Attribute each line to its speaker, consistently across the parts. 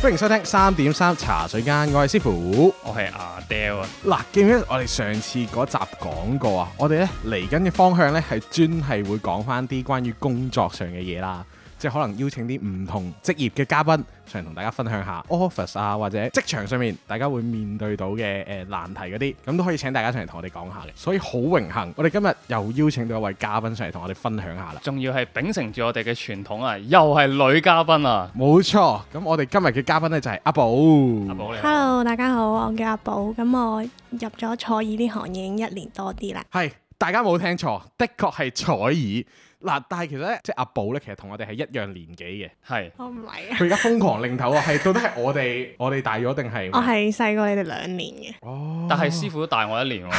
Speaker 1: 歡迎收聽三點三茶水間，我係師傅。
Speaker 2: 我係阿 Del 啊，
Speaker 1: 嗱，記唔記得我哋上次嗰集講過啊？我哋咧嚟緊嘅方向咧係專係會講翻啲關於工作上嘅嘢啦，即係可能邀請啲唔同職業嘅嘉賓上嚟同大家分享下 office 啊，或者職場上面大家會面對到嘅誒、呃、難題嗰啲，咁都可以請大家上嚟同我哋講下嘅。所以好榮幸，我哋今日又邀請到一位嘉賓上嚟同我哋分享下啦。
Speaker 2: 仲要係秉承住我哋嘅傳統啊，又係女嘉賓啊，
Speaker 1: 冇錯，咁我哋今日嘅嘉賓咧就係阿寶。
Speaker 2: 阿寶你好
Speaker 3: Hello，大家好，我叫阿寶，咁我入咗賽爾呢行已經一年多啲啦。
Speaker 1: 係，大家冇聽錯，的確係彩爾嗱，但係其實咧，即係阿寶咧，其實同我哋係一樣年紀嘅。
Speaker 2: 係
Speaker 3: 我唔係啊，
Speaker 1: 佢而家瘋狂擰頭啊，係到底係我哋 我哋大咗定係？
Speaker 3: 我係細過你哋兩年嘅，
Speaker 1: 哦，
Speaker 2: 但係師傅都大我一年喎。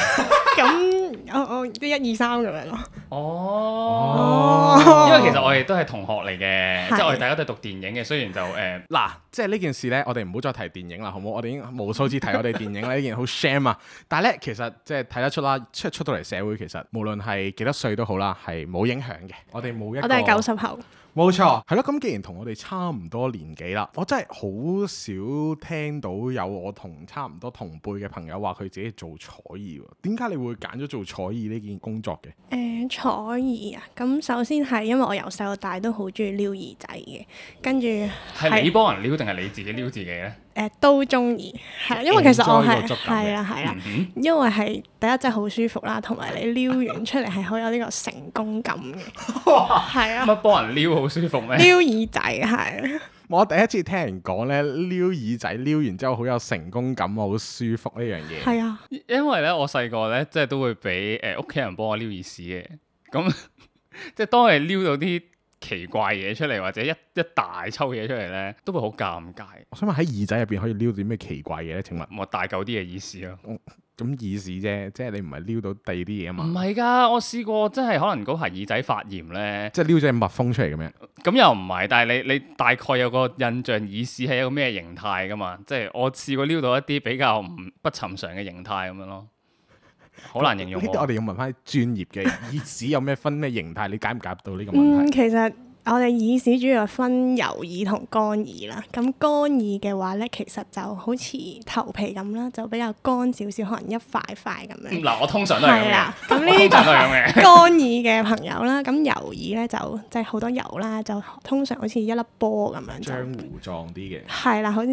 Speaker 3: 咁我我即一二三咁樣咯。
Speaker 2: 哦，
Speaker 1: 哦
Speaker 2: 因為其實我哋都係同學嚟嘅，即
Speaker 3: 係
Speaker 2: 係我哋大家都係讀電影嘅，雖然就誒
Speaker 1: 嗱，即係呢件事呢，我哋唔好再提電影啦，好唔好？我哋已經無數次提我哋電影啦，呢件好 shame 啊！但係呢，其實即係睇得出啦，出出到嚟社會，其實無論係幾多歲都好啦，係冇影響嘅。我哋冇一個
Speaker 3: 我都係九十後，
Speaker 1: 冇錯，係咯。咁既然同我哋差唔多年紀啦，我真係好少聽到有我同差唔多同輩嘅朋友話佢自己做彩兒喎。點解你會揀咗做彩兒呢件工作嘅？
Speaker 3: 誒彩兒啊，咁首先係因為我由細到大都好中意撩耳仔嘅，跟住誒、
Speaker 2: 係你幫人撩定係你自己撩自己咧？
Speaker 3: 都中意，係啊因為其實我
Speaker 1: enjoy
Speaker 3: 係
Speaker 1: 個觸感嘅
Speaker 3: 係啊啦係啦
Speaker 2: 嗯，哼
Speaker 3: 因為係第一真係好舒服啦，同埋你撩完出嚟係好有呢個成功感嘅， 係啊，
Speaker 2: 乜幫人撩好舒服咩？
Speaker 3: 撩耳仔係。
Speaker 1: 我第一次聽人講咧，撩耳仔撩完之後好有成功感，好舒服呢樣嘢。
Speaker 3: 係啊，
Speaker 2: 因為咧，我細個咧，即係都會俾誒屋企人幫我撩耳屎嘅。咁 即係當你撩到啲奇怪嘢出嚟，或者一一大抽嘢出嚟咧，都會好尷尬。
Speaker 1: 我想問喺耳仔入邊可以撩到啲咩奇怪嘢咧？請問，
Speaker 2: 咁我大嚿啲嘅耳屎咯。
Speaker 1: 咁耳屎啫，即係你唔係撩到第二啲嘢啊
Speaker 2: 唔
Speaker 1: 嘛？
Speaker 2: 係㗎，我試過真係可能嗰排耳仔發炎咧，
Speaker 1: 即係撩隻蜜蜂出嚟咁樣。
Speaker 2: 咁又唔係，但係你你大概有個印象耳屎係一個咩形態㗎嘛？即係我試過撩到一啲比較唔不尋常嘅形態咁樣咯，好難形容
Speaker 1: 呢啲我
Speaker 2: 喎。
Speaker 1: 哋要問翻專業嘅人， 耳屎有咩分咩形態？你解唔解答到呢個問
Speaker 3: 嗯，
Speaker 1: 題？
Speaker 3: 其實我哋耳屎主要係分油耳同乾耳啦。咁乾耳嘅話咧，其實就好似頭皮咁啦，就比較乾少少，可能一塊塊咁樣。
Speaker 2: 嗯嗱，我通常都係咁
Speaker 3: 係
Speaker 2: 嘅
Speaker 3: 啦，咁
Speaker 2: 我
Speaker 3: 呢
Speaker 2: 通
Speaker 3: 啲
Speaker 2: 常
Speaker 3: 就
Speaker 2: 都係咁嘅。
Speaker 3: 乾耳嘅朋友啦。咁油耳咧就即係好多油啦，就通常好似一粒波咁樣就
Speaker 1: 漿糊狀啲嘅。
Speaker 3: 係啦，好似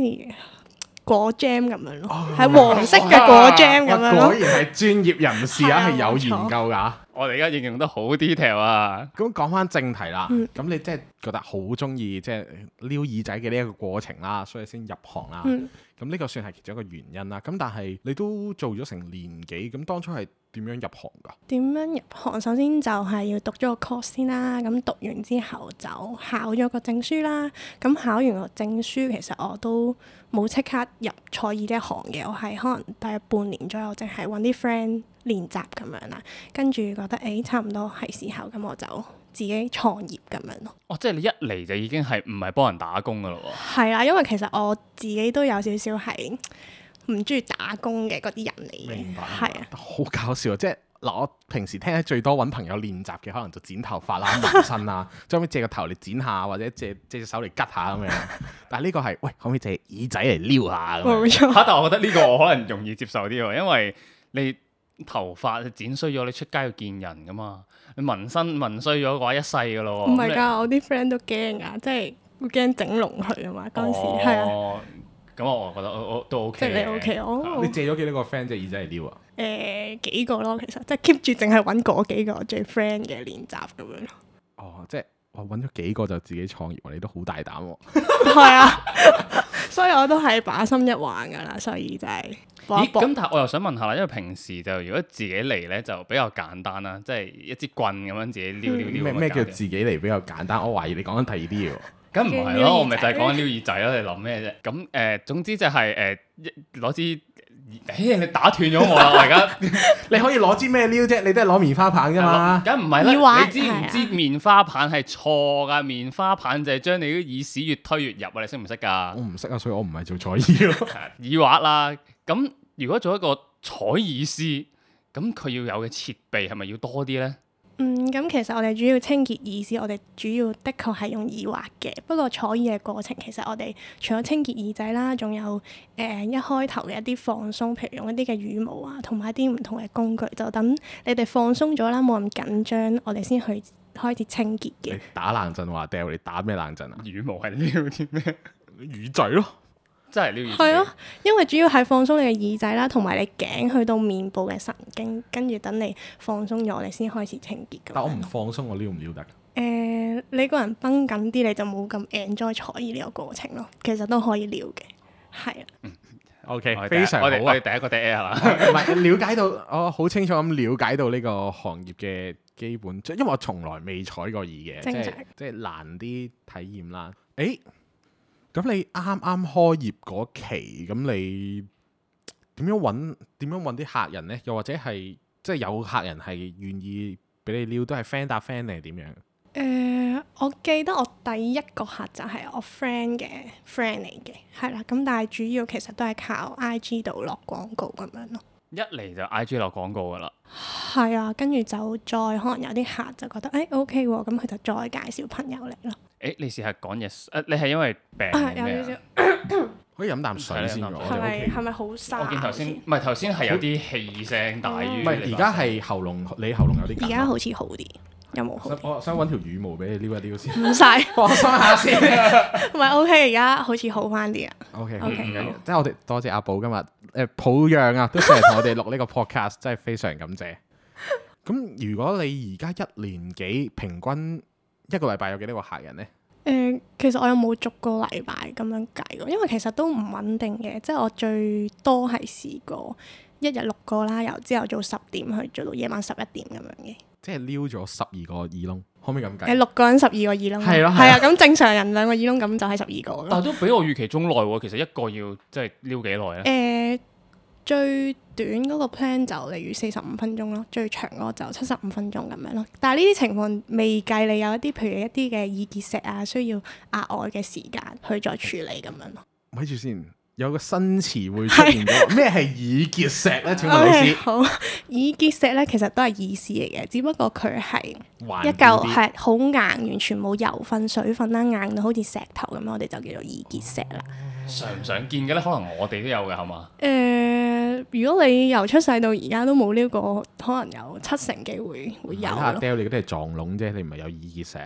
Speaker 3: 果 jam 咁樣咯，係黃色嘅果 jam 咁
Speaker 1: 哇
Speaker 3: 樣
Speaker 1: 果
Speaker 3: 咯。
Speaker 1: 然係專業人士啊，
Speaker 3: 係啊
Speaker 1: 係有
Speaker 3: 冇
Speaker 1: 研
Speaker 3: 錯
Speaker 1: 究㗎。
Speaker 2: 我哋而家應用得好 detail 啊！
Speaker 1: 咁講翻正題啦，咁
Speaker 3: 嗯、
Speaker 1: 你即係覺得好中意即係撩耳仔嘅呢一個過程啦，所以先入行啦。咁
Speaker 3: 嗯
Speaker 1: 呢、個算係其中一個原因啦。咁但係你都做咗成年幾，咁當初係點樣入行㗎？
Speaker 3: 點樣入行？首先就係要讀咗個 course 先啦，咁讀完之後就考咗個證書啦。咁考完個證書，其實我都冇即刻入賽爾呢一行嘅，我係可能大約半年左右，淨係揾啲 friend 練習咁樣啦。跟住覺得誒、欸差唔多係時候，咁我就自己創業咁樣咯。
Speaker 2: 哦，即係你一嚟就已經係唔係幫人打工噶咯喎？
Speaker 3: 係啦，因為其實我自己都有少少係唔中意打工嘅嗰啲人嚟嘅，係啊。
Speaker 1: 好搞笑啊！即係嗱，我平時聽得最多揾朋友練習嘅，可能就剪頭髮啦、紋身 啦，最後尾借個頭嚟剪下，或者借借隻手嚟拮下咁樣。但係呢個係喂，可唔可以借耳仔嚟撩下咁樣？
Speaker 3: 冇 錯，
Speaker 2: 嚇！但係我覺得呢個我可能容易接受啲喎，因為你頭髮剪衰咗，你出街要見人噶嘛。你紋身紋衰咗嘅話，一世噶咯喎。
Speaker 3: 唔係
Speaker 2: 咁
Speaker 3: 㗎，我啲 friend 都驚啊，即係會驚整聾佢啊嘛。嗰陣
Speaker 2: 你，
Speaker 3: 時係啊，
Speaker 2: 哦，咁我覺得我我都 OK
Speaker 3: 即係你
Speaker 2: 嘅
Speaker 3: OK，
Speaker 1: 你
Speaker 3: 我
Speaker 1: 借咗幾多個 friend 隻耳仔嚟撩啊？
Speaker 3: 誒幾個咯，其實即係 keep 住淨係揾嗰幾個最 friend 嘅練習咁樣。
Speaker 1: 哦，即係我揾咗幾個就自己創業喎，你都好大膽喎。
Speaker 3: 係啊，所以我都係把心一橫㗎啦，所以就係搏一
Speaker 2: 咦，
Speaker 3: 搏。
Speaker 2: 咁但係我又想問下啦，因為平時就如果自己嚟咧就比較簡單啦，即係一支棍咁樣自己撩撩撩
Speaker 1: 嗯咩
Speaker 2: 咁樣
Speaker 1: 咩叫
Speaker 2: 搞嘅
Speaker 1: 自己嚟比較簡單？我懷疑你講緊第二啲 嘢喎。
Speaker 2: 咁唔係
Speaker 3: 撩
Speaker 2: 咯，
Speaker 3: 耳
Speaker 2: 我咪就係
Speaker 3: 仔
Speaker 2: 講緊撩耳仔咯，你諗咩啫？咁誒、呃，總之就係、誒，一攞、支誒你打斷咗我啦！我而家
Speaker 1: 你可以攞支咩撩啫？你都係攞棉花棒啫嘛。
Speaker 2: 梗唔係
Speaker 3: 耳
Speaker 2: 啦，
Speaker 3: 環
Speaker 2: 你知唔知
Speaker 3: 係啊
Speaker 2: 棉花棒係錯噶？棉花棒就係將你啲耳屎越推越入啊！你識唔識噶
Speaker 1: 我？唔識啊，所以我唔係做彩衣咯。
Speaker 2: 耳畫啦，咁如果做一個採耳師，咁佢要有嘅設備係咪要多啲咧？
Speaker 3: 嗯，咁其實我哋主要清潔耳屎，我哋主要的確係用耳滑嘅。不過坐耳嘅過程，其實我哋除咗清潔耳仔啦，仲有誒、呃一開頭嘅一啲放鬆，譬如用一啲嘅羽毛啊，同埋一啲唔同嘅工具，就等你哋放鬆咗啦，冇咁緊張，我哋先去開始清潔嘅
Speaker 1: 你。打冷震話掉，你打咩冷震 啊？
Speaker 2: 羽毛係撩啲咩？
Speaker 1: 魚仔咯。
Speaker 2: 真係撩耳屎。
Speaker 3: 係啊，因為主要係放鬆你嘅耳仔啦，同埋你頸去到面部嘅神經，跟住等你放鬆咗，我哋先開始清潔咁樣。
Speaker 1: 但我唔放鬆，我撩唔撩得？
Speaker 3: 誒、你個人崩緊啲，你就冇咁 enjoy 採耳呢個過程咯。其實都可以聊嘅，係啊。
Speaker 1: O K，
Speaker 2: 我哋第一
Speaker 1: 非常好
Speaker 2: 我哋我
Speaker 1: 啊
Speaker 2: 哋！第一個 dead air 啦。
Speaker 1: 唔係了解到，我好清楚咁了解到呢個行業嘅基本，即係因為我從來未採過耳嘅，即
Speaker 3: 正
Speaker 1: 係
Speaker 3: 常啊
Speaker 1: 即係難啲體驗啦。誒，咁你啱啱開業嗰期，咁你點樣揾點樣揾啲客人呢？又或者係即係有客人係願意俾你撩，都係 friend 搭 friend 定係點樣？
Speaker 3: 誒、我記得我第一個客就係我 friend 嘅 friend 嚟嘅，係啦。咁但係主要其實都係靠 IG 度落廣告咁樣咯。
Speaker 2: 一嚟就 I G 落廣告噶啦，
Speaker 3: 係啊，跟住就再可能有啲客就覺得誒、哎 OK 喎，咁佢就再介紹朋友嚟咯。
Speaker 2: 誒你試下講嘢，誒你係因為病
Speaker 3: 啊，
Speaker 2: 定
Speaker 3: 有
Speaker 2: 咩
Speaker 3: 少少
Speaker 1: 可以飲啖水先㗎，我
Speaker 3: 係咪
Speaker 1: 哋
Speaker 3: 係咪好沙
Speaker 2: 啊？我見頭
Speaker 3: 好
Speaker 2: 先
Speaker 3: 似？
Speaker 2: 唔係頭先係有啲氣聲大於
Speaker 1: 嗯唔
Speaker 2: 你把聲，
Speaker 1: 係而家係喉嚨，你喉嚨有啲緊啊。
Speaker 3: 而家好似好啲，有冇好
Speaker 1: 想
Speaker 3: 啲？
Speaker 1: 我想揾條羽毛俾你撩一撩先，
Speaker 3: 唔晒，
Speaker 1: 放鬆下先。
Speaker 3: 唔係 OK，而家好似好翻啲啊！
Speaker 1: O K，
Speaker 3: OK
Speaker 1: 唔緊要，即係我哋多謝阿寶今日誒抱恙啊，都成日同我哋錄呢個 podcast，真係非常感謝。咁如果你而家一年幾平均一個禮拜有幾多個客人呢？
Speaker 3: 誒、其實我有冇逐個禮拜咁樣計過，因為其實都唔穩定嘅，即係我最多係試過一日六個啦，由朝頭早十點去做到夜晚十一點咁樣嘅。
Speaker 1: 即係撩咗十二個耳窿，可唔可以咁
Speaker 3: 誒、
Speaker 1: 計？
Speaker 3: 六個人十二個耳窿啦，
Speaker 1: 係咯係哦
Speaker 3: 係啊，咁正常人兩個耳窿咁就係十二個
Speaker 2: 但
Speaker 3: 咯。
Speaker 2: 係都比我預期中耐喎。其實一個要即係撩幾耐
Speaker 3: 誒、
Speaker 2: 咧？
Speaker 3: 最短嗰個 plan 就例如四十五分鐘咯，最長嗰個就七十五分鐘咁樣咯。但係呢啲情況未計你有一啲譬如一啲嘅耳結石啊，需要額外嘅時間去再處理咁樣咯。
Speaker 1: 咪住先，有個新詞會出現 咗，咩係耳結石呢？請問老
Speaker 3: OK，
Speaker 1: 師，
Speaker 3: 好， 耳結石咧其實都係耳屎嚟嘅，只不過佢係一
Speaker 1: 環繞
Speaker 3: 嚿
Speaker 1: 啲
Speaker 3: 係好硬，完全冇油分、水分啦，硬到好似石頭咁，我哋就叫做耳結石啦。
Speaker 2: 常唔常見嘅咧？可能我哋都有嘅係嘛？
Speaker 3: 誒、呃如果你由出世到而家都冇呢個，可能有七成機會會
Speaker 1: 睇
Speaker 3: 有
Speaker 1: 下
Speaker 3: 咯。
Speaker 1: Del 你嗰啲係撞聾啫，你唔係有耳結石。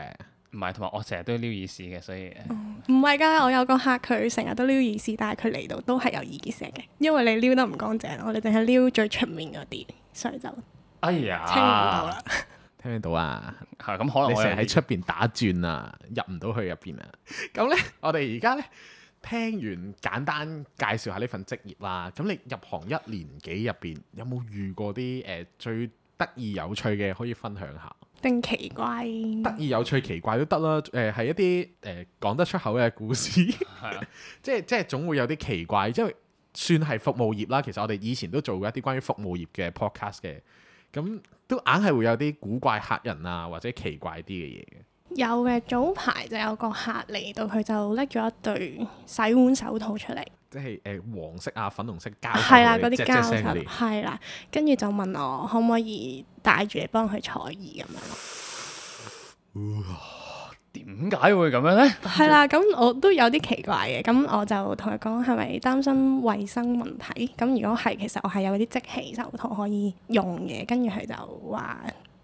Speaker 2: 唔係，同埋我成日都撩耳屎嘅，所以
Speaker 3: 唔係㗎，我有個客佢成日都撩耳屎，但係佢嚟到都係有耳結石嘅，因為你撩得唔乾淨，我哋淨係撩最出面嗰啲，所以就
Speaker 2: 哎
Speaker 3: 清唔到
Speaker 2: 呀
Speaker 3: 啦，。
Speaker 1: 聽唔聽到啊？
Speaker 2: 係咁可能
Speaker 1: 你
Speaker 2: 我
Speaker 1: 成日
Speaker 2: 又
Speaker 1: 喺出邊打轉啊，入唔到去入邊啊。咁呢，我哋而家呢，聽完簡單介紹下呢份職業啦。咁你入行一年幾入邊，有冇遇過啲誒、呃最得意有趣嘅可以分享下？
Speaker 3: 定奇怪。
Speaker 2: 嗯
Speaker 1: 得意有趣奇怪都得啦。誒、係一啲誒講得出口嘅故事，
Speaker 2: 係啊
Speaker 1: 即係即係總會有啲奇怪，因為算係服務業啦。其實我哋以前都做過一啲關於服務業嘅 podcast 嘅，咁都硬係會有啲古怪客人啊，或者奇怪啲嘅嘢嘅。
Speaker 3: 有嘅，早排就有個客嚟到，佢就拎咗一對洗碗手套出嚟，
Speaker 1: 即係誒、呃黃色啊、粉紅色膠
Speaker 3: 係啦，嗰
Speaker 1: 嗰
Speaker 3: 啲
Speaker 1: 啲
Speaker 3: 膠
Speaker 1: 聲嗰
Speaker 3: 手，
Speaker 1: 啲，
Speaker 3: 係啦，跟住就問我可唔可以帶住嚟幫佢採耳咁樣咯，
Speaker 2: 點解會咁樣咧？
Speaker 3: 係啦，咁我都有啲奇怪嘅，咁我就同佢講係咪擔心衞生問題？咁如果係，其實我係有啲即棄手套可以用嘅，跟住佢就 話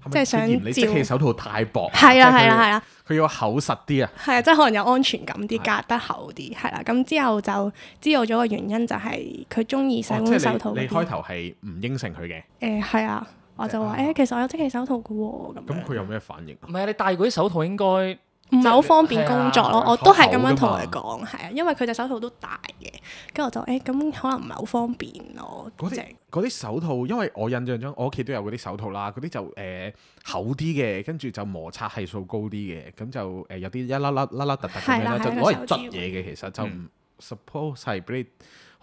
Speaker 1: 係咪
Speaker 3: 即係想
Speaker 1: 佢嫌你即
Speaker 3: 照
Speaker 1: 氣手套太薄，啊
Speaker 3: 係啦
Speaker 1: 即佢
Speaker 3: 係啦係啦。
Speaker 1: 佢要厚實啲啊。
Speaker 3: 係啊，即係可能有安全感啲，
Speaker 1: 係
Speaker 3: 隔得厚啲，係啦。咁之後就知道咗個原因就係佢中意洗
Speaker 1: 哦
Speaker 3: 碗
Speaker 1: 即係
Speaker 3: 手
Speaker 1: 你
Speaker 3: 套嗰
Speaker 1: 你開
Speaker 3: 啲。
Speaker 1: 頭係唔應承佢嘅，
Speaker 3: 誒係啊，我就話
Speaker 1: 即係啊
Speaker 3: 誒，其實我有即棄手套嘅喎，咁
Speaker 1: 咁
Speaker 3: 樣
Speaker 1: 佢有咩反應啊？
Speaker 2: 唔
Speaker 3: 嗯
Speaker 2: 係你戴嗰啲手套應該。
Speaker 3: 唔係好方便工作
Speaker 2: 係
Speaker 3: 咯
Speaker 2: 啊。
Speaker 3: 我都係咁樣
Speaker 1: 口
Speaker 3: 同
Speaker 1: 口㗎
Speaker 3: 佢講，係啊，因為佢隻手套都大嘅，跟住我就誒咁可能唔係好方便咯。
Speaker 1: 嗰
Speaker 3: 即
Speaker 1: 啲
Speaker 3: 係
Speaker 1: 嗰啲手套，因為我印象中我屋企都有嗰啲手套啦，嗰啲就誒、呃厚啲嘅，跟住就摩擦係數高啲嘅，咁就誒、呃有啲一粒粒粒粒突突咁樣
Speaker 3: 係啦
Speaker 1: 啦，就
Speaker 3: 係啦
Speaker 1: 攞嚟
Speaker 3: 手
Speaker 1: 捽
Speaker 3: 指嗯
Speaker 1: 嘢嘅，其實就唔 suppose 係俾你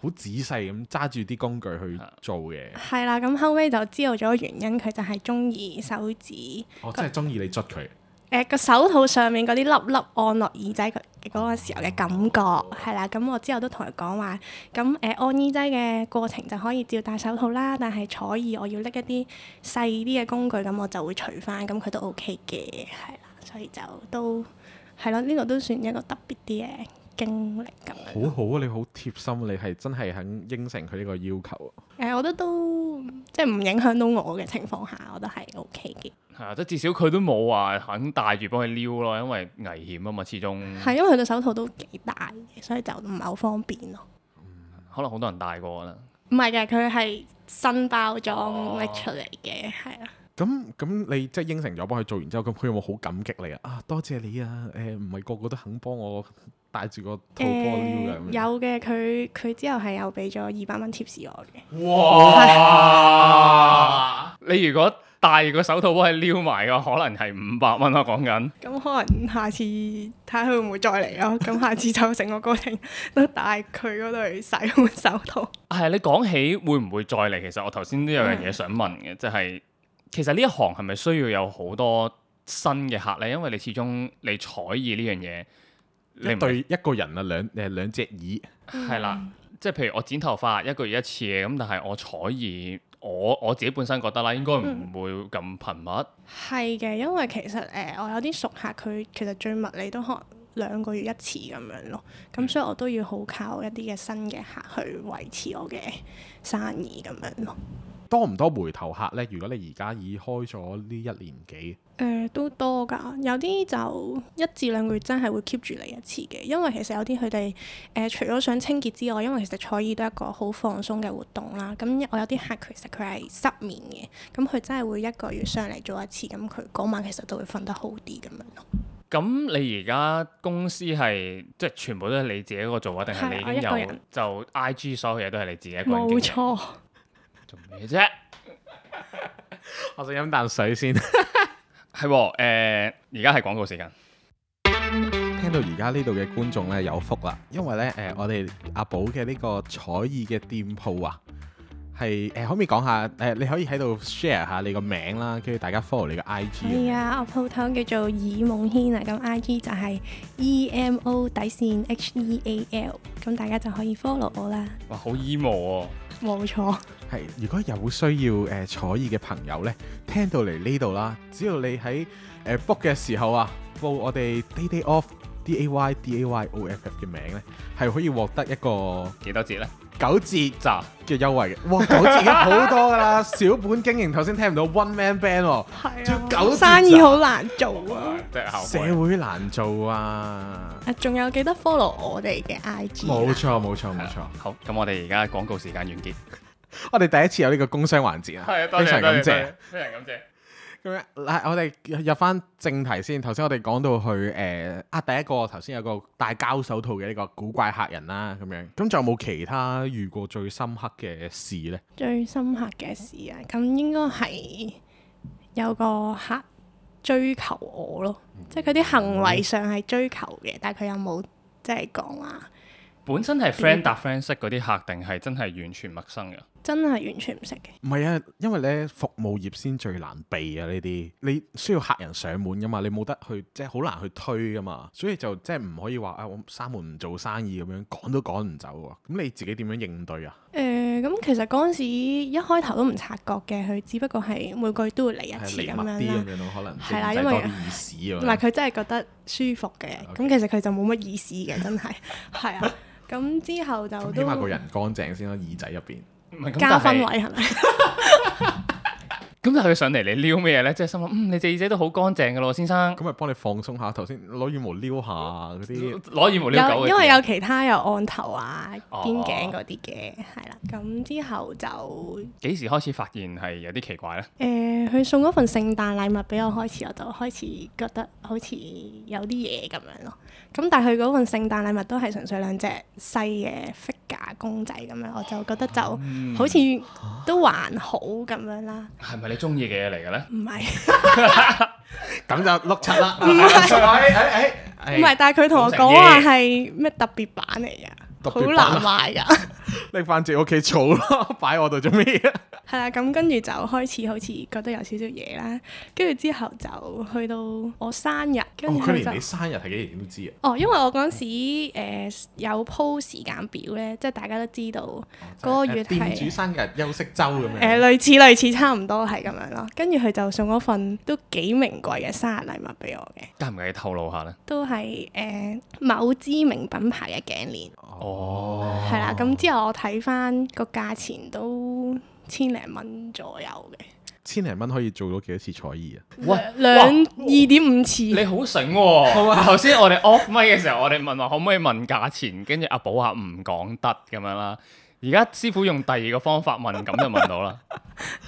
Speaker 1: 好仔細咁揸住啲工具去
Speaker 2: 啊
Speaker 1: 做嘅。
Speaker 3: 係啦，咁後尾就知道咗原因，佢就係中意手指，誒、
Speaker 1: 我哦真係中意你捽佢，
Speaker 3: 個手套上面嗰啲粒粒按落耳仔嘅嗰個時候嘅感覺，係啦，咁我之後都同佢講話，咁誒、按耳仔嘅過程就可以照戴手套啦，但係坐耳我要拎一啲細啲嘅工具，咁我就會除翻，咁佢都 OK 嘅，係啦，所以就都係咯，呢、個都算一個特別啲嘅經歷咁樣。
Speaker 1: 好好啊！你好貼心，你係真係肯應承佢呢個要求。啊
Speaker 3: 誒、我覺得都即係唔影響到我嘅情況下，我都係 O K 嘅。
Speaker 2: 係啊，即係至少佢都冇話肯帶住幫佢撩咯，因為危險啊嘛，始終
Speaker 3: 係因為佢對手套都幾大嘅，所以就唔係好方便咯。
Speaker 2: 可能好多人帶過啦。
Speaker 3: 唔係嘅，佢係新包裝
Speaker 2: 哦
Speaker 3: 拎出嚟嘅，係啊。
Speaker 1: 咁咁，你即係應承咗幫佢做完之後，咁佢有冇好感激你啊？啊，多謝你啊！誒，唔係個個都肯幫我帶住個套波撩嘅。
Speaker 3: 誒有嘅，佢佢之後係有俾咗二百蚊貼士我嘅。
Speaker 2: 哇！你如果戴個手套幫佢撩埋嘅話，可能係五百蚊咯，啊講緊。
Speaker 3: 咁可能下次睇下佢會唔會再嚟 咯。咁下次就成個過程都帶佢嗰對細款手套。
Speaker 2: 係你講起會唔會再嚟？其實我頭先都有樣
Speaker 3: 嗯
Speaker 2: 嘢想問嘅，就係其實呢一行係咪需要有好多新嘅客咧？因為你始終你採耳呢樣嘢，你
Speaker 1: 一
Speaker 2: 唔係
Speaker 1: 對一個人啊，兩誒兩隻耳。
Speaker 2: 係啦，
Speaker 3: 嗯
Speaker 2: 即係譬如我剪頭髮一個月一次嘅，咁但係我採耳，我我自己本身覺得啦，應該唔會咁頻密。
Speaker 3: 係嘅，因為其實誒、呃我有啲熟客佢其實最密你都可能兩個月一次咁樣咯，咁所以我都要好靠一啲嘅新嘅客去維持我嘅生意咁樣咯。
Speaker 1: 多唔多回頭客呢？如果你而家已開咗呢一年幾，
Speaker 3: 誒、呃都多㗎，有啲就一至兩個月真係會 keep 住嚟一次嘅，因為其實有啲佢哋誒除咗想清潔之外，因為其實採耳都係一個好放鬆嘅活動啦。咁我有啲客其實佢係失眠嘅，咁佢真係會一個月上嚟做一次，咁佢嗰晚其實都會瞓得好啲咁樣咯。
Speaker 2: 咁你而家公司係即係全部都係你自己一個做啊？定係
Speaker 3: 係
Speaker 2: 你已
Speaker 3: 我一
Speaker 2: 經
Speaker 3: 個
Speaker 2: 有
Speaker 3: 人
Speaker 2: 就 I G 所有嘢都係你自己一個人
Speaker 3: 冇
Speaker 2: 經營？
Speaker 3: 錯。
Speaker 2: 做咩啫？
Speaker 1: 我想飲啖水先。
Speaker 2: 係喎，誒而家係廣告時間。
Speaker 1: 聽到而家呢度嘅觀眾呢，有福啦，因為呢，誒、我哋阿寶嘅呢個彩耳嘅店鋪啊，係誒、可唔可以講下誒、你可以喺度 share 下你個名啦，跟住大家 follow 你個 IG
Speaker 3: 係
Speaker 1: 啊。
Speaker 3: 啊，我鋪頭叫做耳夢軒啊，咁 I G 就係 E M O 底線 H E A L，咁大家就可以 follow 我啦。
Speaker 2: 哇，好 emo 喎！
Speaker 3: 冇錯，
Speaker 1: 係，如果有需要誒、彩耳嘅朋友呢，聽到嚟呢度啦，只要你喺誒 book 嘅時候啊，報我哋 day day off D A Y D A Y O F F 嘅名呢，係可以獲得一個
Speaker 2: 幾多節咧？
Speaker 1: 九折
Speaker 2: 咋？
Speaker 1: 嘅優惠嘅。哇，九折已經好多噶啦，小本經營頭先聽唔到 one man band 喎。
Speaker 3: 係啊
Speaker 1: 仲九折咋
Speaker 3: 生意好難做啊！
Speaker 2: 即係
Speaker 1: 社
Speaker 2: 後悔。
Speaker 1: 會難做啊！
Speaker 3: 啊，仲有記得 follow 我哋嘅 I G 啊
Speaker 1: 冇錯冇錯
Speaker 2: 係
Speaker 1: 冇
Speaker 2: 啦
Speaker 1: 錯，
Speaker 2: 好，咁我哋而家廣告時間完結。
Speaker 1: 我哋第一次有呢個工商環節啊，非常感謝。，
Speaker 2: 非常感謝。
Speaker 1: 咁樣嗱，我哋入翻正題先。頭先我哋講到去誒啊，第一個頭先有個戴膠手套嘅呢個古怪客人啦，咁樣咁仲有冇其他遇過最深刻嘅事呢？
Speaker 3: 最深刻嘅事啊，咁應該係有個客追求我咯，
Speaker 1: 嗯
Speaker 3: 即係佢啲行為上係追求嘅，但係佢又冇即係講話。
Speaker 2: 本身係 friend 搭 friend 識嗰啲客，定係真係完全陌生嘅？
Speaker 3: 真係完全唔識嘅。
Speaker 1: 唔係啊，因為咧服務業先最難避啊呢啲，你需要客人上門噶嘛，你冇得去即係好難去推噶嘛，所以就即係唔可以話啊我閂門唔做生意咁樣，趕都趕唔走喎。咁你自己點樣應對啊？
Speaker 3: 誒、呃咁其實嗰陣時一開頭都唔察覺嘅，佢只不過係每個月都會嚟一
Speaker 1: 係
Speaker 3: 次
Speaker 1: 禮
Speaker 3: 咁
Speaker 1: 物
Speaker 3: 樣
Speaker 1: 啲咁
Speaker 3: 啦。
Speaker 1: 樣咯，可能
Speaker 3: 係啦
Speaker 1: 唔使
Speaker 3: 因為
Speaker 1: 多啲意思啊
Speaker 3: 同
Speaker 1: 咁
Speaker 3: 埋
Speaker 1: 樣。
Speaker 3: 佢真係覺得舒服嘅，咁
Speaker 1: OK
Speaker 3: 其實佢就冇乜意思嘅，真係係啊。咁之後就
Speaker 1: 咁起碼
Speaker 3: 都
Speaker 1: 個人乾淨先啦，耳仔入邊。
Speaker 2: 唔係咁
Speaker 3: 加分位
Speaker 2: 咁
Speaker 3: 係咪？
Speaker 2: 但係佢上嚟你撩咩咧？即係心諗，嗯，你隻耳仔都好乾淨嘅咯，先生。
Speaker 1: 咁咪幫你放鬆下，頭先攞羽毛撩下嗰 啲。
Speaker 2: 攞羽毛撩狗嘅。
Speaker 3: 有
Speaker 2: 啊
Speaker 3: 因為有其他有按頭啊、
Speaker 2: 哦
Speaker 3: 肩頸嗰啲嘅，係啦。咁之後就誒，
Speaker 2: 幾時開始發現係有啲奇怪 咧？
Speaker 3: 佢、送嗰份聖誕禮物俾我開始，我就開始覺得好似有啲嘢咁樣咯。咁但係佢嗰份聖誕禮物都係純粹兩隻細嘅 figure 公仔咁樣，我就覺得就好似都還好咁樣啦。
Speaker 2: 係咪你中意嘅嘢嚟嘅咧？
Speaker 3: 唔係
Speaker 1: 咁就碌柒啦。
Speaker 3: 唔係
Speaker 1: 係
Speaker 3: 唔係，但係佢同我講話係咩特別版嚟㗎，
Speaker 1: 特
Speaker 3: 好
Speaker 1: 別版啊
Speaker 3: 難賣㗎。
Speaker 1: 拎翻自己屋企儲咯， 擺我度做咩啊？
Speaker 3: 係啦，咁跟住就開始好似覺得有少少嘢啦，跟住之後就去到我生日，跟住
Speaker 1: 哦，佢
Speaker 3: 就
Speaker 1: 連你生日係幾年都知啊！
Speaker 3: 哦，因為我嗰陣時、呃、有 po 時間表咧，即係大家都知道。嗰個月
Speaker 1: 誒店
Speaker 3: 係
Speaker 1: 主生日休息周咁
Speaker 3: 誒、
Speaker 1: 樣。
Speaker 3: 類似類似差唔多係咁樣咯，跟住佢就送咗份都幾名貴嘅生日禮物俾我嘅，
Speaker 2: 介唔介意透露下咧？
Speaker 3: 都係誒、呃某知名品牌嘅頸鏈，
Speaker 2: 哦，
Speaker 3: 係啦、咁之後我睇翻個價錢都千零蚊左右嘅，
Speaker 1: 千零蚊可以做到幾多次彩衣啊？
Speaker 2: 喂，
Speaker 3: 兩二點五次，
Speaker 2: 你好啊醒喎！頭先我哋 off 咪嘅時候，我哋問話可唔可以問價錢，跟住阿寶話唔講得咁樣啦。而家師傅用第二個方法問，咁就問到啦。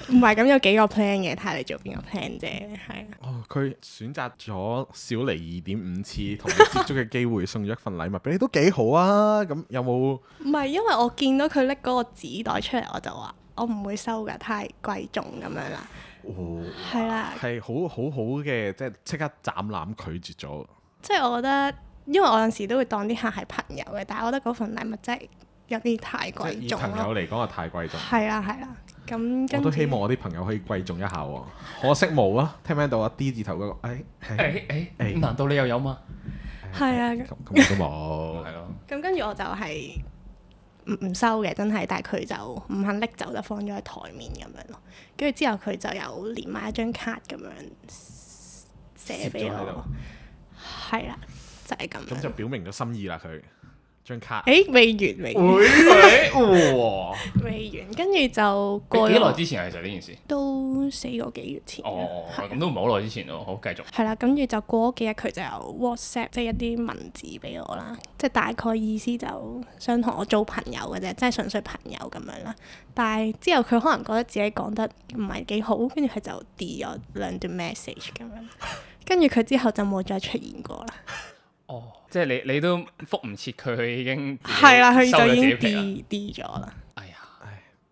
Speaker 3: 唔係咁有幾個 plan 嘅，睇下你做邊個 plan 啫，係啊。
Speaker 1: 哦，佢選擇咗少嚟二點五 次同你接觸嘅機會，送咗一份禮物俾你，都幾好啊！咁有冇
Speaker 3: 唔係，因為我見到佢拎嗰個紙袋出嚟，我就話我唔會收㗎，太貴重咁樣啦。
Speaker 1: 哦
Speaker 3: 係啦，
Speaker 1: 係好好好嘅，即係即刻斬攬拒絕咗。
Speaker 3: 即係我覺得，因為我有陣時都會當啲客係朋友嘅，但係我覺得嗰份禮物真係有啲太
Speaker 1: 即係
Speaker 3: 貴
Speaker 1: 以
Speaker 3: 重啊
Speaker 1: 朋
Speaker 3: 咯。
Speaker 1: 友嚟講，係啊太貴重。
Speaker 3: 係啦，係啦，咁
Speaker 1: 我
Speaker 3: 跟
Speaker 1: 都
Speaker 3: 住
Speaker 1: 希望我啲朋友可以貴重一下喎，可惜冇啊！聽唔聽到啊？D 字頭嗰個，誒
Speaker 3: 啊
Speaker 1: 誒
Speaker 2: 誒誒
Speaker 1: 誒
Speaker 2: 誒，難道你又有嘛？
Speaker 3: 係啊
Speaker 1: 哎咁咁我都 冇。
Speaker 2: 係咯，
Speaker 3: 咁跟住我就係唔唔收嘅，真係，但係佢就唔肯拎走，就放咗喺台面咁樣咯。跟住之後佢就有連埋一張卡咁樣寫俾
Speaker 1: 攝咗喺
Speaker 3: 我
Speaker 1: 度，
Speaker 3: 係啦，就係咁
Speaker 1: 咁就
Speaker 3: 樣。
Speaker 1: 表明咗心意啦，佢張卡。
Speaker 3: 誒未完未
Speaker 2: 哦
Speaker 3: 完
Speaker 2: 喂，哇！
Speaker 3: 未完，跟住就過
Speaker 2: 幾耐
Speaker 3: 咗
Speaker 2: 之前啊其實呢件事？
Speaker 3: 都四個幾月前啦。
Speaker 2: 哦，咁都唔係好耐之前咯。好，繼續。
Speaker 3: 係啦，跟住就過咗幾日，佢就有 WhatsApp 即係一啲文字俾我啦，即係大概意思就想同我做朋友嘅啫，即係純粹朋友咁樣啦。但係之後佢可能覺得自己講得唔係幾好，跟住佢就 delete 咗兩段 message 咁樣，跟住佢之後就冇再出現過啦。
Speaker 2: 哦，即係你你都覆唔切佢，佢已經自己
Speaker 3: 係啦，佢
Speaker 2: 收咗
Speaker 3: 就
Speaker 2: 自
Speaker 3: 已
Speaker 2: 己
Speaker 3: 經
Speaker 2: 皮啦。
Speaker 3: delete delete 咗啦。
Speaker 2: 哎呀，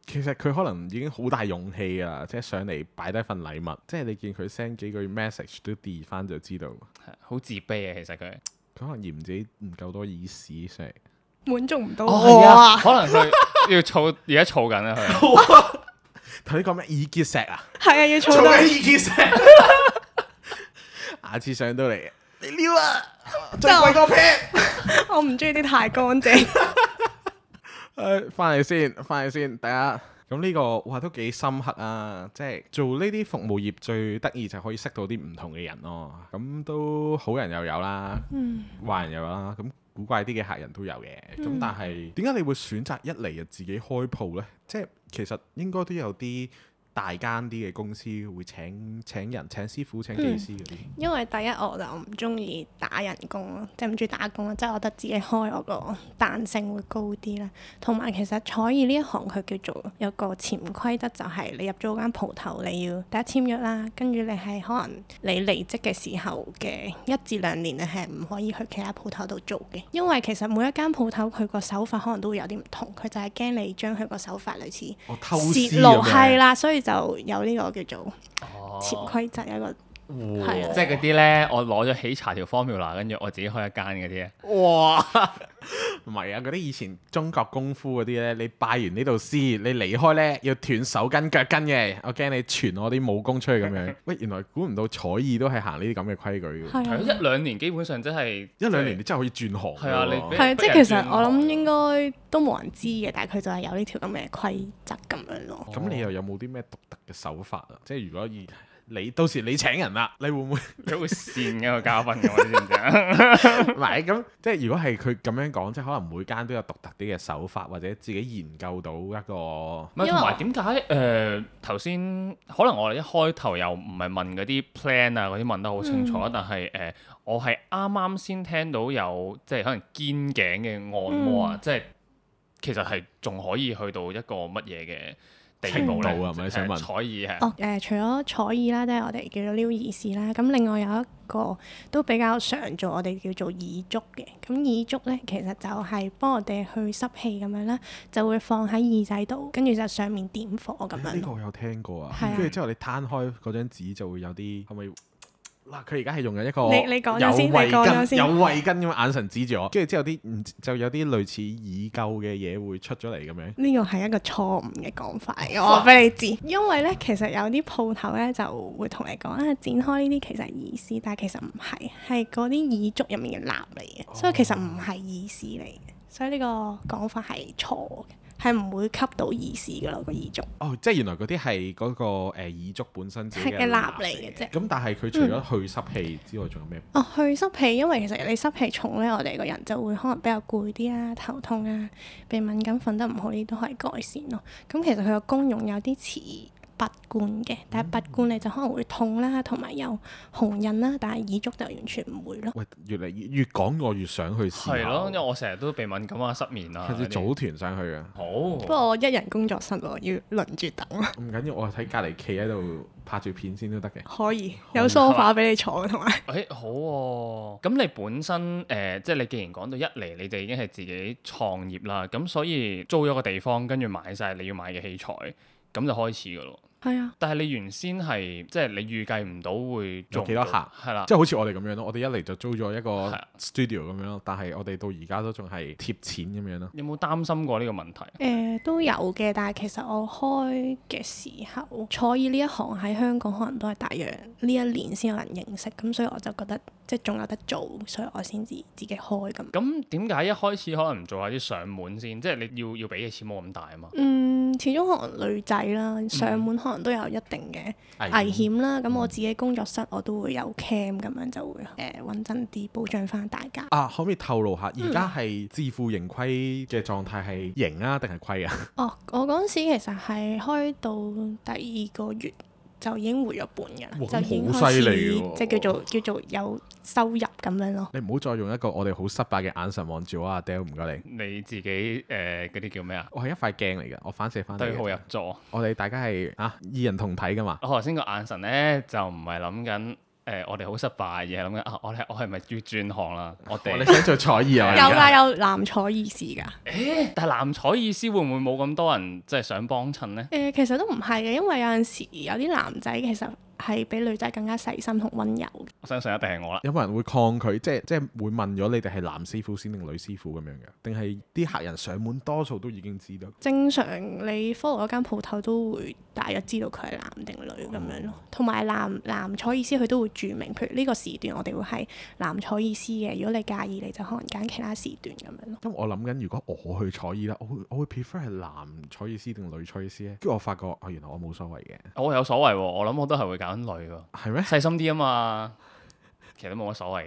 Speaker 1: 其實佢可能已經好大勇氣啊，即係上嚟擺低份禮物，即係你見佢 send 幾句 message 都 delete 翻就知道，佢
Speaker 2: 係好自卑啊，其實佢。
Speaker 1: 可能嫌自己唔夠多意思，所以
Speaker 3: 滿足唔到
Speaker 2: 哦，
Speaker 3: 我
Speaker 2: 係啊，
Speaker 3: 啊！
Speaker 2: 可能佢要儲，而家儲緊啦啊 佢。
Speaker 1: 頭先講咩耳結石啊，
Speaker 3: 係啊，要
Speaker 1: 做
Speaker 3: 儲
Speaker 1: 緊
Speaker 3: 到
Speaker 1: 耳結石，下次上到嚟，你撩啊，最貴個 pair，
Speaker 3: 我唔中意啲太乾淨。
Speaker 1: 誒，翻嚟先，翻嚟先，大家。咁呢個哇都幾深刻啊！即係做呢啲服務業最得意就可以識到啲唔同嘅人咯。咁都好人又有啦，
Speaker 3: 嗯，
Speaker 1: 壞人又有啦，咁古怪啲嘅客人都有嘅。咁、
Speaker 3: 嗯
Speaker 1: 但係點解你會選擇一嚟就自己開鋪呢？即係其實應該都有啲大間啲嘅公司會請請人、請師傅、請技師嗰啲。
Speaker 3: 因為第一我就唔中意打人工咯，即係唔中意打工啦，即係我覺得自己開我個彈性會高啲啦。同埋其實彩意呢一行佢叫做有個潛規則，就係你入咗間鋪頭，你要第一簽約啦，跟住你係可能你離職嘅時候嘅一至兩年，你係唔可以去其他鋪頭度做嘅，因為其實每一間鋪頭佢個手法可能都會有啲唔同，佢就係驚你將佢個手法類似
Speaker 1: 我哦偷師
Speaker 3: 泄
Speaker 1: 咁
Speaker 3: 露
Speaker 1: 樣
Speaker 3: 係啦，所以就有呢個叫做
Speaker 2: 哦
Speaker 3: 潛規則有一個。係啊
Speaker 2: 即係嗰啲咧，我攞咗喜茶條 formula，跟住我自己開一間嗰啲啊。
Speaker 1: 哇！唔係啊，嗰啲以前中國功夫嗰啲呢，你拜完呢度師，你離開呢要斷手筋腳筋嘅，我驚你傳我啲武功出去咁 樣。喂，原來估唔到彩意都係行呢啲咁嘅規矩嘅，
Speaker 3: 係
Speaker 2: 係
Speaker 3: 啊
Speaker 2: 咯，一兩年基本上真係
Speaker 1: 一兩年你真係可以轉行㗎喎。
Speaker 2: 係啊你俾
Speaker 3: 係，
Speaker 2: 不
Speaker 3: 即係
Speaker 2: 人
Speaker 3: 其實
Speaker 2: 轉
Speaker 3: 我諗
Speaker 2: 行
Speaker 3: 應該都冇人知嘅，但係佢就係有呢條咁嘅規則咁樣咯。
Speaker 1: 哦咁
Speaker 2: 哦
Speaker 1: 你又有冇啲咩獨特嘅手法啊？即係如果以你到時你請人啦，你會唔 會
Speaker 2: 你會善嘅個嘉賓嘅，我知唔 知啊？
Speaker 1: 唔係咁？即係如果係佢咁樣講，即係可能每間都有獨特啲嘅手法，或者自己研究到一個
Speaker 2: 唔係
Speaker 3: 因為
Speaker 2: 同埋點解誒呃頭先可能我哋一開頭又唔係問嗰啲 plan 啊嗰啲問得好清楚，
Speaker 1: 嗯
Speaker 2: 但係誒、呃我係啱啱先聽到有即係可能肩頸嘅按摩
Speaker 1: 嗯
Speaker 2: 啊，即係其實係仲可以去到一個乜嘢嘅地步
Speaker 1: 程
Speaker 2: 咧？
Speaker 1: 度啊係咪你想問
Speaker 2: 誒彩意係
Speaker 3: 哦，誒、除咗彩耳啦，即係我哋叫做撩耳屎啦，咁另外有一個都比較常做，我哋叫做耳燭嘅。咁耳燭咧，其實就係幫我哋去濕氣咁樣啦，就會放喺耳仔度，跟住就上面點火咁
Speaker 1: 呢
Speaker 3: 樣
Speaker 1: 個
Speaker 3: 咯。
Speaker 1: 我有聽過啊
Speaker 3: 係，啊
Speaker 1: 跟住之後你攤開嗰張紙就會有啲係咪嗱，佢而家係用緊一個
Speaker 3: 你你講咗先
Speaker 1: 有圍
Speaker 3: 你講咗
Speaker 1: 巾
Speaker 3: 先
Speaker 1: 有圍巾咁嘅眼神指住我，跟住之後啲唔知就有啲類似已救嘅嘢會出咗嚟咁樣。
Speaker 3: 呢個係一個錯誤嘅講法，我話俾你知。因為咧，其實有啲鋪頭咧就會同你講啊，展開呢啲其實係意思，但係其實唔係，係嗰啲義足入面嘅蠟嚟嘅，所以其實唔係意思嚟嘅。所以呢個講法係錯嘅，係唔會吸到意思噶咯個義足。
Speaker 1: 哦，即係原來嗰啲係嗰個誒耳足本身自己
Speaker 3: 係嘅蠟
Speaker 1: 蠟
Speaker 3: 嚟嘅啫嗯
Speaker 1: 咁但係佢除咗去濕氣之外，仲有咩？
Speaker 3: 哦，去濕氣，因為其實你濕氣重咧，我哋個人就會可能比較攰啲啦、頭痛啊、鼻敏感、瞓得唔好呢啲都係改善咯。咁其實佢個功用有啲似拔罐嘅，但係拔罐你就可能會痛啦，同埋有紅印啦，但係耳足就完全唔會咯。
Speaker 1: 喂，越嚟越越講我越想去試下
Speaker 2: 係咯，因為
Speaker 1: 喎。
Speaker 2: 我成日都鼻敏感啊、失眠 啊
Speaker 1: 係
Speaker 2: 嗰
Speaker 1: 要組
Speaker 2: 啲。
Speaker 1: 團上去啊嘅，
Speaker 2: 好，
Speaker 3: 不過我一人工作室喎，要輪住等，
Speaker 1: 唔緊要，我係睇隔離企喺度拍住片先都得嘅。
Speaker 3: 可以有 sofa 俾你坐，同埋
Speaker 2: 誒、好喎、咁你本身誒、呃即係你既然講到一嚟，你哋已經係自己創業啦，咁所以租咗個地方，跟住買晒你要買嘅器材，咁就開始噶咯。
Speaker 3: 係啊，
Speaker 2: 但係你原先係即係你預計唔到會做唔
Speaker 1: 有幾多
Speaker 2: 到
Speaker 1: 客
Speaker 2: 係啦
Speaker 1: 即，係好似我哋咁樣咯，我哋一嚟就租咗一個
Speaker 2: 啊係啊
Speaker 1: studio 咁樣咯，但係我哋到而家都仲係貼錢咁樣咯。
Speaker 2: 有冇擔心過呢個問題？
Speaker 3: 誒、都有嘅，但係其實我開嘅時候，坐椅呢一行喺香港可能都係大約呢一年先有人認識，咁所以我就覺得即係仲有得做，所以我先至自己開咁。
Speaker 2: 咁點解一開始可能唔做啊下啲上門先？即係你要要俾嘅錢冇咁大啊嘛。
Speaker 3: 嗯，始終可能女仔啦，上門可能都有一定嘅危險啦。咁、我自己工作室我都會有 cam 咁樣就會誒穩陣啲保障翻大家。
Speaker 1: 啊，可唔可以透露下而
Speaker 3: 嗯
Speaker 1: 家係自負盈虧嘅狀態係盈啊定係虧啊？
Speaker 3: 哦，我嗰陣時其實係開到第二個月就已經回咗本㗎啦，
Speaker 1: 哇
Speaker 3: 就已經
Speaker 1: 好
Speaker 3: 開
Speaker 1: 犀
Speaker 3: 始
Speaker 1: 利喎
Speaker 3: 即係叫做叫做有收入咁樣咯。
Speaker 1: 你唔好再用一個我哋好失敗嘅眼神望住我啊，Del 唔該你。
Speaker 2: 你自己誒嗰啲叫咩啊？
Speaker 1: 我係一塊鏡嚟嘅，我反射翻嚟
Speaker 2: 對號入
Speaker 1: 嘅。
Speaker 2: 座。
Speaker 1: 我哋大家係啊二人同體噶嘛，
Speaker 2: 我哦頭先個眼神咧就唔係諗緊誒我哋好失敗，而係諗緊啊我哋我係咪要轉行啦？我
Speaker 1: 我哋
Speaker 2: 哋
Speaker 1: 想做彩衣 啊。
Speaker 3: 有㗎，有藍彩意思㗎。誒、
Speaker 2: 但係藍彩意思會唔會冇咁多人即係想幫襯咧？
Speaker 3: 呃其實都唔係嘅，因為有陣時有啲男仔其實係比女仔更加細心同温柔嘅。
Speaker 2: 我相信一定係我啦。
Speaker 1: 有冇人會抗拒？即係即係會問咗你哋係男師傅先定女師傅咁樣嘅？定係啲客人上門多數都已經知道？
Speaker 3: 正常你 follow 嗰間鋪頭都會大約知道佢係男定女咁樣咯，同埋男男彩意思佢都會註明，譬如呢個時段我哋會係男彩意思嘅，如果你介意你就可能揀其他時段咁樣咯。
Speaker 1: 因為我諗緊，如果我去坐椅啦，我會我會 prefer 係男坐椅師定女坐椅師咧。跟住我發覺，啊原來我冇所謂嘅，
Speaker 2: 我有所謂喎，我諗我都係會揀女喎，
Speaker 1: 係咩？
Speaker 2: 細心啲啊嘛。其實都冇乜所謂嘅，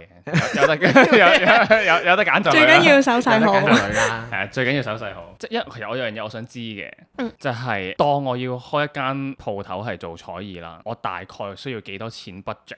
Speaker 2: 有有得 有有有有得揀就
Speaker 3: 最
Speaker 2: 女啦
Speaker 3: 緊要手
Speaker 1: 有
Speaker 3: 勢
Speaker 1: 得
Speaker 3: 好
Speaker 1: 揀。就女啦。
Speaker 2: 係啊，最緊要手勢好。即係因為其實我有樣嘢我想知嘅，
Speaker 3: 嗯
Speaker 2: 就係當我要開一間鋪頭係做彩衣啦，我大概需要幾多錢 budget，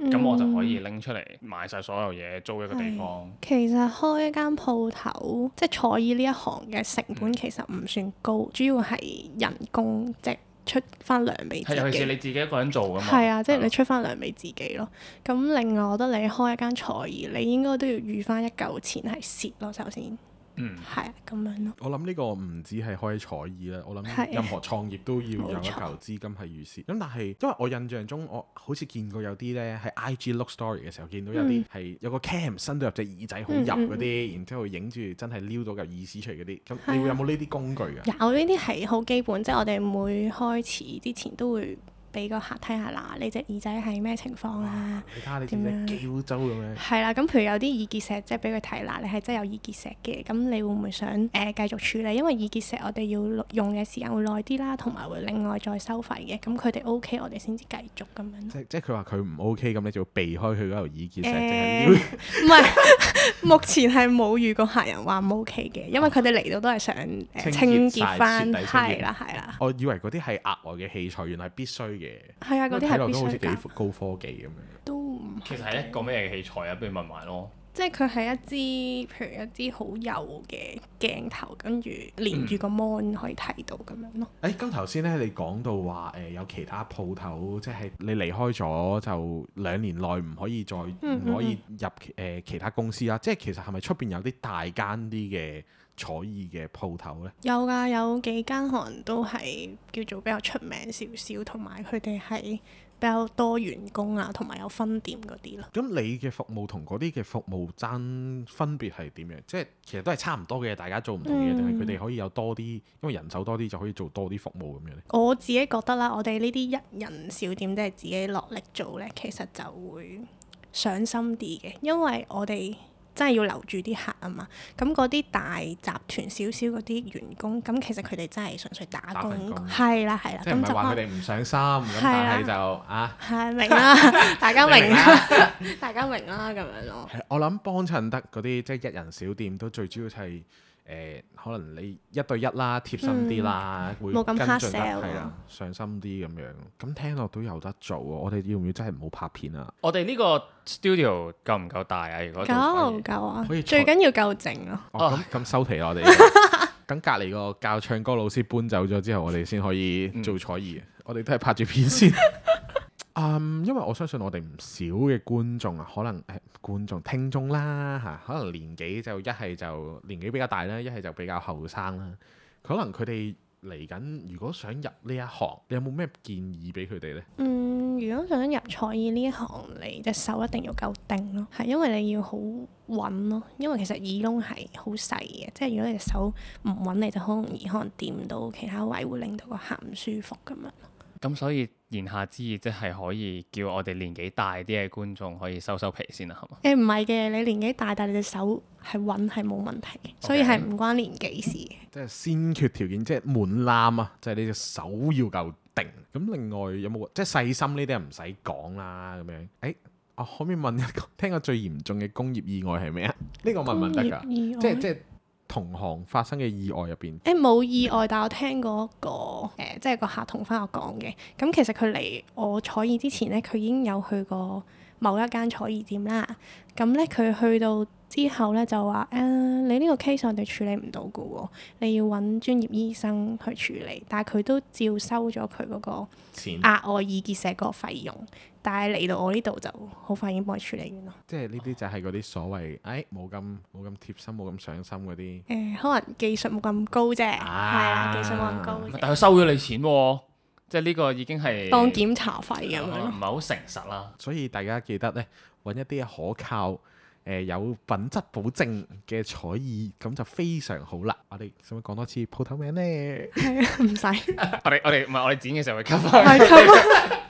Speaker 2: 咁、我就可以拎出嚟買晒所有嘢，租一個地方。
Speaker 3: 其實開一間鋪頭，即係坐椅呢一行嘅成本其實唔算高，主要係人工即係出翻糧俾自
Speaker 2: 係，尤其是
Speaker 3: 己。
Speaker 2: 你自己一個人做㗎嘛。
Speaker 3: 係啊，即係
Speaker 2: 咯
Speaker 3: 你出翻糧俾自己咯。咁另外，我覺得你開一間坐椅，你應該都要預翻一嚿錢係蝕咯，首先。
Speaker 2: 嗯。
Speaker 3: 係啊，咁樣咯。
Speaker 1: 我諗呢個唔止係開坐椅啦，我諗
Speaker 3: 係
Speaker 1: 任何創業都要有
Speaker 3: 冇
Speaker 1: 一
Speaker 3: 錯
Speaker 1: 嚿資金係預先。咁但係因為我印象中，我好似見過有啲呢喺 IG look story 嘅時候見到有
Speaker 3: 嗯
Speaker 1: 啲係有個 cam 伸到入隻耳仔好入嗰啲，然之後影住真係撩到嚿耳屎出嚟嗰啲。咁你會有冇呢啲工具啊㗎？
Speaker 3: 啊有呢啲係好基本，即係我哋每開始之前都會俾個客睇下嗱，你隻耳仔係咩情況啊？
Speaker 1: 你睇下你知唔知
Speaker 3: 點
Speaker 1: 膠州咁樣？
Speaker 3: 係啦，咁譬如有啲耳結石，即係俾佢睇啦，你係真係有耳結石嘅，咁你會唔會想誒、呃、繼續處理？因為耳結石我哋要用嘅時間會耐啲啦，同埋會另外再收費嘅，咁佢哋 OK，我哋先至繼續咁樣 咯。
Speaker 1: 即即係佢話佢唔 OK 咁，你就要避開佢嗰條耳結石，淨係
Speaker 3: 誒
Speaker 1: 撩。
Speaker 3: 唔係，目前係冇遇過客人話唔 OK 嘅，因為佢哋嚟到都係想誒
Speaker 1: 清
Speaker 3: 清
Speaker 1: 潔晒
Speaker 3: 潔翻，
Speaker 1: 徹底清潔
Speaker 3: 係啦係啦，
Speaker 1: 我以為嗰啲係額外嘅器材，原來係必須嘅。
Speaker 3: 係啊，嗰啲
Speaker 1: 睇落
Speaker 3: 係必
Speaker 1: 都好似
Speaker 3: 須
Speaker 1: 幾
Speaker 3: 㗎，
Speaker 1: 高科技咁樣。
Speaker 3: 都唔
Speaker 2: 其實係一個咩嘅器材啊？不如問埋咯。
Speaker 3: 即係佢係一支，譬如一支好幼嘅鏡頭，跟住連住個 mon 可以睇到咁樣咯。
Speaker 1: 誒，咁頭先咧，你講到話誒、有其他鋪頭，即係你離開咗就兩年內唔可以再唔、
Speaker 3: 嗯嗯
Speaker 1: 可以入誒、其他公司啦。即係其實係咪出邊有啲大間啲嘅坐椅嘅鋪頭咧？
Speaker 3: 有㗎，有幾間可能都係叫做比較出名少少，同埋佢哋係比較多員工啊，同埋有分店嗰啲啦。
Speaker 1: 咁你嘅服務同嗰啲嘅服務爭分別係點樣？即係其實都係差唔多嘅，大家做唔同嘅嘢，
Speaker 3: 嗯
Speaker 1: 定係佢哋可以有多啲，因為人手多啲就可以做多啲服務咁樣咧？
Speaker 3: 我自己覺得啦，我哋呢啲一人小店即係自己落力做呢，其實就會上心啲嘅，因為我哋真係要留住啲客啊嘛。咁嗰啲大集團少少嗰啲員工，咁其實佢哋真係純粹打
Speaker 1: 打份
Speaker 3: 工
Speaker 1: 工，
Speaker 3: 係啦係啦，
Speaker 1: 即係唔
Speaker 3: 咁
Speaker 1: 係
Speaker 3: 就
Speaker 1: 話
Speaker 3: 可
Speaker 1: 佢
Speaker 3: 能
Speaker 1: 哋唔上心咁，
Speaker 3: 係啊
Speaker 1: 但係就啊，
Speaker 3: 係明啦， 大家
Speaker 1: 你
Speaker 3: 明
Speaker 1: 明
Speaker 3: 啦，大家明啦咁樣咯。
Speaker 1: 係我諗幫襯得嗰啲即係一人小店都最主要係誒，可能你一對一啦，貼心啲啦，會
Speaker 3: 嗯冇咁
Speaker 1: 跟
Speaker 3: hard
Speaker 1: 進得
Speaker 3: sell
Speaker 1: 係啦
Speaker 3: 啊，
Speaker 1: 上心啲咁樣。咁聽落都有得做喎，我哋要唔要真係唔好拍片啊？
Speaker 2: 我哋呢個 studio 夠唔夠大啊？如果做生
Speaker 3: 夠
Speaker 2: 意
Speaker 3: 夠啊
Speaker 1: 可以！
Speaker 3: 最
Speaker 1: 坐
Speaker 3: 緊要夠靜咯。
Speaker 1: 哦，咁咁收皮啦，我 哋。等隔離個教唱歌老師搬走咗之後，我哋先可以做彩兒。我哋都係拍住片 先。嗯，因為我相信我哋唔少嘅觀眾啊，可能誒、觀眾聽眾啦嚇、可能年紀就一係就年紀比較大啦，一係就比較後生啦。可能佢哋嚟緊，如果想入呢一行，你有冇咩建議俾佢哋呢？
Speaker 3: 嗯，如果想入賽意呢一行，你隻手一定要夠定咯，係因為你要好穩咯。因為其實耳窿係好細嘅，即係如果你隻手唔穩，你就好容易可能掂到其他位，會令到個客唔舒服咁樣。
Speaker 2: 咁所以言下之意，即係可以叫我哋年紀大啲嘅觀眾可以收收皮先啦，啊係嘛？
Speaker 3: 誒唔係嘅，你年紀大，但係你隻手係穩係冇問題嘅，所以係唔關年紀事嘅。
Speaker 1: 即係先決條件，即係門檻啊，就係、你隻手要夠定。咁另外有冇即係細心呢啲唔使講啦咁樣。誒、我可唔可以問一個？ 聽過最嚴重嘅工業意外係咩啊？呢、個問唔問得㗎？
Speaker 3: 意外
Speaker 1: 即係即係同行發生嘅意外入邊，
Speaker 3: 誒冇意外，但我聽過一個誒、呃即係個客同翻我講嘅。咁其實佢嚟我採耳之前咧，佢已經有去過某一間採耳店啦。咁咧佢去到之後咧就話誒、呃你呢個 case 我哋處理唔到嘅喎，你要揾專業醫生去處理。但係佢都照收咗佢嗰個
Speaker 1: 錢
Speaker 3: 額外耳結石嗰個費用。但係嚟到我呢度就好快已經幫佢處理完咯。
Speaker 1: 即係呢啲就係嗰啲所謂誒冇咁冇咁貼心、冇咁上心嗰啲。
Speaker 3: 誒、可能技術冇咁高啫，係
Speaker 1: 啊
Speaker 3: 啊，技術冇咁高啫，
Speaker 2: 但佢收咗你錢喎、即係呢個已經係
Speaker 3: 當檢查費咁
Speaker 2: 可
Speaker 3: 樣
Speaker 2: 能
Speaker 3: 咯
Speaker 2: 唔。係好誠實啦。
Speaker 1: 所以大家記得呢，揾一啲可靠、誒、有品質保證嘅彩意，咁就非常好啦。我哋使唔使講多次鋪頭名呢？
Speaker 3: 係啊， 唔使，
Speaker 2: 我哋我哋唔係我哋剪嘅時候會 cut
Speaker 3: 係咁。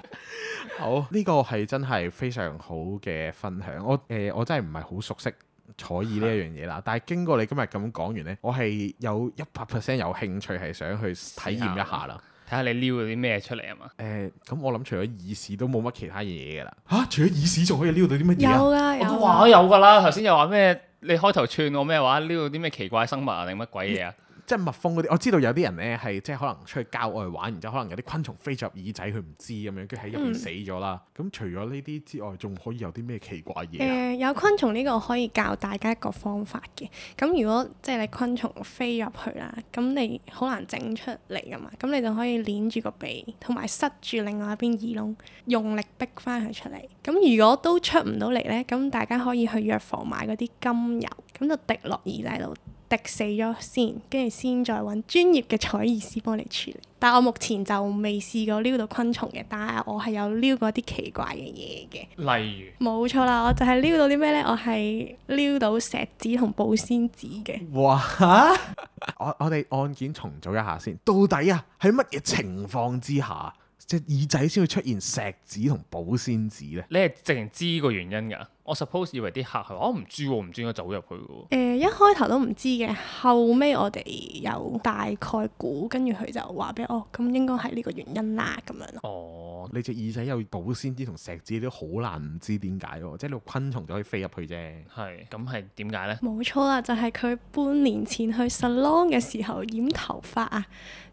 Speaker 1: 好，呢個係真係非常好嘅分享。我誒、呃我真係唔係好熟悉彩耳呢一樣嘢啦，但係經過你今日咁講完呢，我係有一百 percent 有興趣係想去體驗一下啦。
Speaker 2: 睇下你撩咗啲咩出嚟啊嘛。
Speaker 1: 誒、咁我諗除咗耳屎都冇乜其他嘢㗎啦。嚇、除咗耳屎仲可以撩到啲乜嘢
Speaker 3: 有
Speaker 1: 啊？
Speaker 2: 我
Speaker 3: 噶有
Speaker 2: 都
Speaker 3: 㗎
Speaker 2: 話有㗎啦，頭先又話咩？你開頭串我咩話？撩到啲咩奇怪生物啊定乜鬼嘢啊？
Speaker 1: 即係蜜蜂嗰啲，我知道有啲人呢係即係可能出去郊外玩，然之後可能有啲昆蟲飛咗入耳仔，佢唔知咁樣，跟住喺入面死咗啦。咁、除咗呢啲之外，仲可以有啲咩奇怪嘢啊？
Speaker 3: 誒有昆蟲呢個可以教大家一個方法嘅，咁如果即係你昆蟲飛入去啦，咁你好難整出嚟噶嘛，咁你就可以捏住個鼻，同埋塞住另外一邊耳窿，用力逼翻佢出嚟。咁如果都出唔到嚟呢，咁大家可以去藥房買嗰啲甘油，咁就滴落耳仔度，滴死咗先，跟住先再揾專業嘅採耳師幫你處理。但我目前就未試過撩到昆蟲嘅，但係我係有撩過啲奇怪嘅嘢嘅。
Speaker 2: 例如。
Speaker 3: 冇錯啦，我就係撩到啲咩呢？我係撩到石子同保鮮紙嘅。
Speaker 1: 哇！ 我我哋案件重組一下先，到底啊喺乜嘢情況之下，隻耳仔先會出現石子同保鮮紙呢？
Speaker 2: 你係直情知個原因㗎？我 suppose 以為啲客係話我唔知喎，唔知應該走入去嘅喎。
Speaker 3: 誒、呃一開頭都唔知嘅，後尾我哋有大概估，跟住佢就話俾我，哦咁應該係呢個原因啦，咁樣咯。
Speaker 2: 哦，
Speaker 1: 你隻耳仔有保鮮紙同石子，你都好難唔知點解喎，即係你個昆蟲就可以飛入去啫。
Speaker 2: 係，咁係點解咧？
Speaker 3: 冇錯啦，就係、佢半年前去 salon 嘅時候染頭髮啊，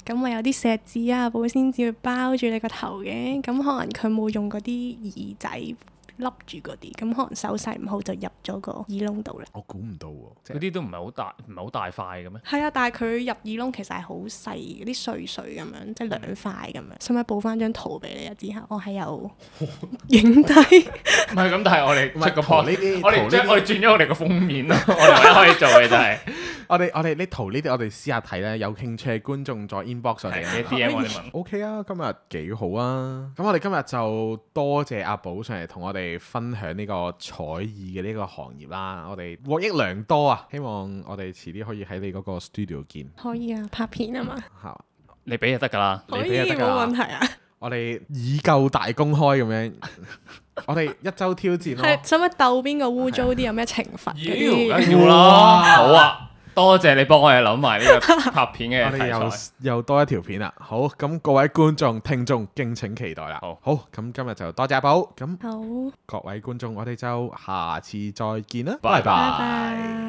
Speaker 3: 咁咪有啲石子啊、保鮮紙會包住你個頭嘅，咁可能佢冇用嗰啲耳仔笠住嗰啲，咁可能手勢唔好就入咗個耳窿度啦。
Speaker 1: 我估唔到喎，即
Speaker 2: 嗰
Speaker 1: 係
Speaker 2: 啲都唔係好大，唔係好大塊嘅咩？
Speaker 3: 係啊，但係佢入耳窿其實係好細，啲碎碎咁樣，即係
Speaker 1: 嗯
Speaker 3: 兩塊咁樣。使唔使補翻張圖俾你啊？之後我係有 影低，
Speaker 2: 唔係咁，但係我哋
Speaker 1: 唔係
Speaker 2: 出個
Speaker 1: 圖
Speaker 2: pod，
Speaker 1: 呢啲
Speaker 2: 我
Speaker 1: 圖呢
Speaker 2: 哋將
Speaker 1: 啲
Speaker 2: 我哋轉咗我哋個封面咯， 我哋唯一可以做嘅就係
Speaker 1: 我哋我哋呢圖呢啲我哋私下睇咧，有興趣嘅觀眾再 inbox 我 哋
Speaker 2: 係
Speaker 1: 啊。
Speaker 2: 啲 DM 我哋問
Speaker 1: O、k 啊，今日幾好啊！咁我哋今日就多謝阿寶上嚟同我哋分享呢個採耳嘅呢個行業啦，我哋獲益良多啊！希望我哋遲啲可以喺你嗰個 studio 見，
Speaker 3: 可以啊，拍片啊嘛，
Speaker 1: 嚇、
Speaker 2: 你俾就得㗎啦。
Speaker 1: 你
Speaker 3: 可以
Speaker 1: 俾就得㗎啦
Speaker 3: 冇問題啊。
Speaker 1: 我哋以舊大公開咁樣，我哋一周挑戰咯
Speaker 3: 係，。使唔使鬥邊個污糟啲？
Speaker 1: 啊
Speaker 3: 有咩懲罰嗰啲？
Speaker 2: 梗要啦，好啊，多謝你幫我哋諗埋呢個拍片
Speaker 1: 我
Speaker 2: 嘅題
Speaker 1: 哋又
Speaker 2: 材。
Speaker 1: 又多一條片啦，好咁各位觀眾聽眾敬請期待啦。
Speaker 2: 好
Speaker 1: 好，咁今日就多謝阿寶，咁
Speaker 3: 好，
Speaker 1: 各位觀眾，我哋就下次再見啦，拜
Speaker 2: 拜
Speaker 3: 拜
Speaker 1: 拜。
Speaker 3: 拜。